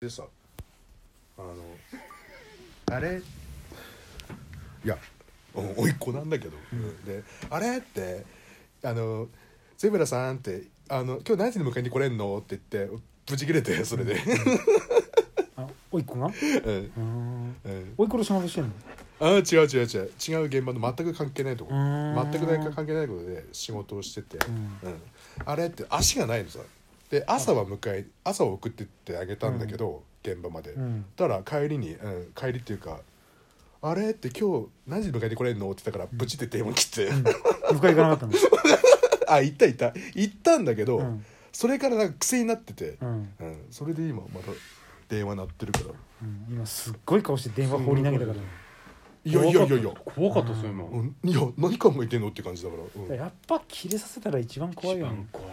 でさあのあれいやお甥っ子なんだけど、で「あれ?」って「あのゼブラさん」ってあの「今日何時に迎えに来れんの?」って言ってブチ切れてそれで、あおいっ子がううんーんうん、おいっ子の仕事してんのあ違う違う違う違う現場の全く関係ないとこうーん全くない関係ないことで仕事をしてて、んうんあれって足がないのさで朝は迎え朝を送ってってあげたんだけど、現場まで、うんたら帰りに、うん、帰りっていうか「あれ?」って今日何時に迎えてこれんのって言ったからブチって電話切って、迎え行かなかったの あ行った行った行ったんだけど、うんそれからなんか癖になっててう、ん、うんそれで今また電話鳴ってるからうん、今すっごい顔して電話放り投げたから「いやいやいやいや、怖かったですよ今うん、いや何考えてんの?」って感じだから、うん、いやっぱ切れさせたら一番怖い一よ番ね怖い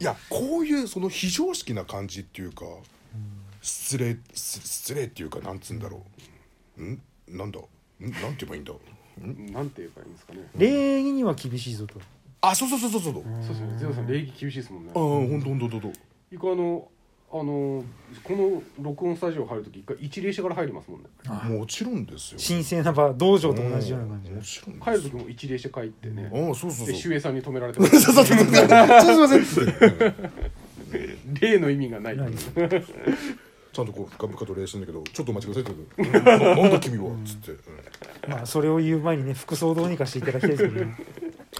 やこういうその非常識な感じっていうか失礼す失礼っていうかなんつうんだろうんなんだんなんて言えばいいんだなんて言えばいいんですかね礼儀には厳しいぞとあそうそうそうそうそうそうですねゼロさん礼儀厳しいですもんねああほんとほんとほんと一回あのあのこの録音スタジオ入るとき一回一礼してから入りますもんねもちろんですよ神聖な場道場と同じような感じもちろん帰るとときも一礼して帰ってねああそうそうそうでそう秀平さんに止められてまそうそうそうそうそうそう礼の意味がないないちゃんとこう深々と礼してんだけどちょっとお待ちくださいって言うのななんだ君はっつって、うんまあそれを言う前にね服装をどうにかしていただきたいですけど ね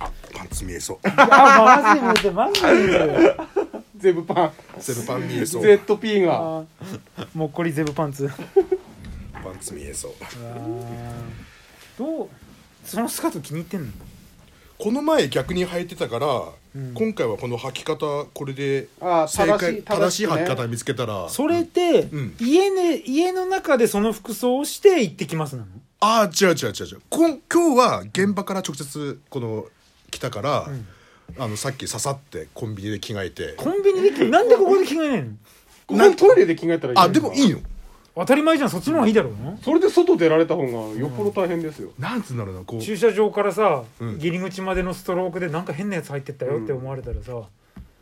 あパンツ見えそう あマジでマジでゼブパンセルパン見えそう ZP があーもっこりゼブパンツパンツ見えそうどうそのスカート気に入ってんのこの前逆に履いてたから、うん今回はこの履き方これでああ正解正しいくね履き方見つけたらそれで、うん家ね家の中でその服装をして行ってきますなのああ違う違う違う違うこん今日は現場から直接この来たから、あのさっき刺さってコンビニで着替えてコンビニで着なんでここで着替えないのここにトイレで着替えたらいいあでもいいよの当たり前じゃんそっちの方がいいだろうなそれで外出られた方がよっぽど大変ですよなんつうんだろうなこう駐車場からさ、うん入り口までのストロークでなんか変なやつ入ってったよって思われたらさ、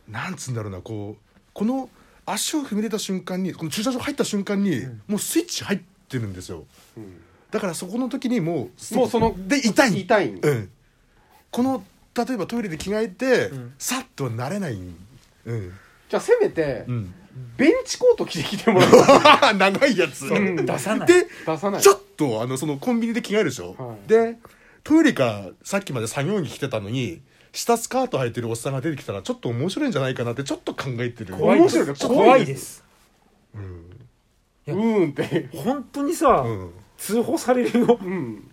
なんつうんだろうなこうこの足を踏み入れた瞬間にこの駐車場入った瞬間に、もうスイッチ入ってるんですようんだからそこの時にもうもうそので痛い痛いんうん、この例えばトイレで着替えて、んさっとはなれない うん、じゃあせめてうん、ベンチコート着てきてもら う長いやつ、うんで出さない出さないちょっとあのそのコンビニで着替えるでしょ、はいでトイレからさっきまで作業着着てたのに下スカート履いてるおっさんが出てきたらちょっと面白いんじゃないかなってちょっと考えてる怖いで面す白いね怖いですうーんって本当にさ、うん、通報されるようん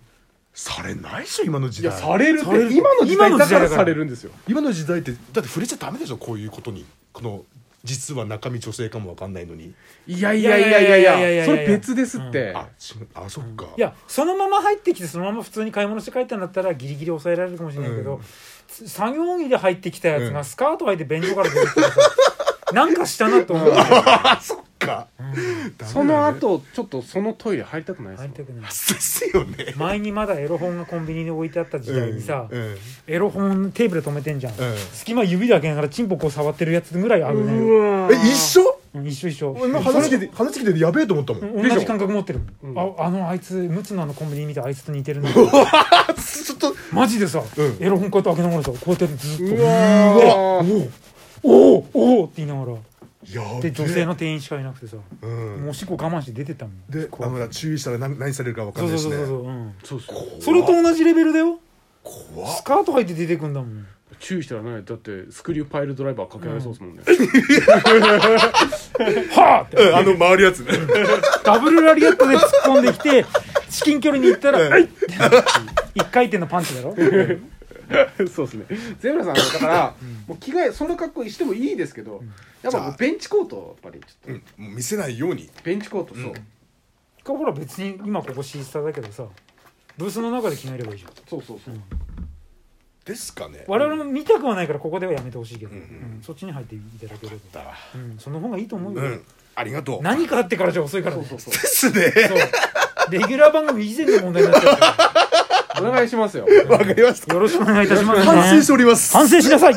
されないでしょ今の時いや代されるっされるて今の時今代のだ時代だかかららされるんですよ今の時代ってだって触れちゃダメでしょこういうことにこの実は中身女性かもわかんないのにいやいややいいややいいややいいややいやいやそれ別ですって、あ違うあそっか、いやそのまま入ってきてそのまま普通に買い物して帰ったんだったらギリギリ抑えられるかもしれないけど、うんつ作業着で入ってきたやつうがんスカート履いて便所から出てきたらさなんかしたなと思う、うん、あ そっか、ダメだねその後ちょっとそのトイレ入りたくないです入よりたくないですよね前にまだエロ本がコンビニに置いてあった時代にさ、うんうんエロ本テーブルで止めてんじゃん、ん隙間指で開けながらチンポこう触ってるやつぐらいあるね、わえ一緒うん、一緒一緒今話聞いて話聞いてやべえと思ったもん、同でしょじ感覚持ってるもん、うああのあいつムツのあのコンビニ見てあいつと似てるなあちょっとマジでさ、うんエロ本こうやって開けながらさこうやってずっとうわーおおおおって言いながらやべえで女性の店員しかいなくてさ、うもうんおしっこ我慢して出てったもんであ怖いの注意したら何何されるか分かんそないうしうそそうねそう、うん、そうそうそれと同じレベルだよ怖っスカート履いて出てくんだもん注意したらねだってスクリューパイルドライバーかけられそうですもんね、はあってうんあの回るやつねダブルラリアットで突っ込んできて至近距離に行ったら「はい!」って一回転のパンチだろ、 そうですねゼブラさんだから、もう着替えその格好してもいいですけど、やっぱもうベンチコートをやっぱりちょっと、もう見せないようにベンチコートそう、かほら別に今ここシースターだけどさブースの中で決めればいいじゃんそうそうそう、ですかね我々も見たくはないからここではやめてほしいけど、うんうんうんそっちに入っていただければ、だわうん、その方がいいと思うよ、うんありがとう何かあってからじゃ遅いからそねうそうそうですねそうレギュラー番組以前の問題になっちゃうかお願いしますよ わかりましらたよろしくお願いいたします、 反省しております反省しなさい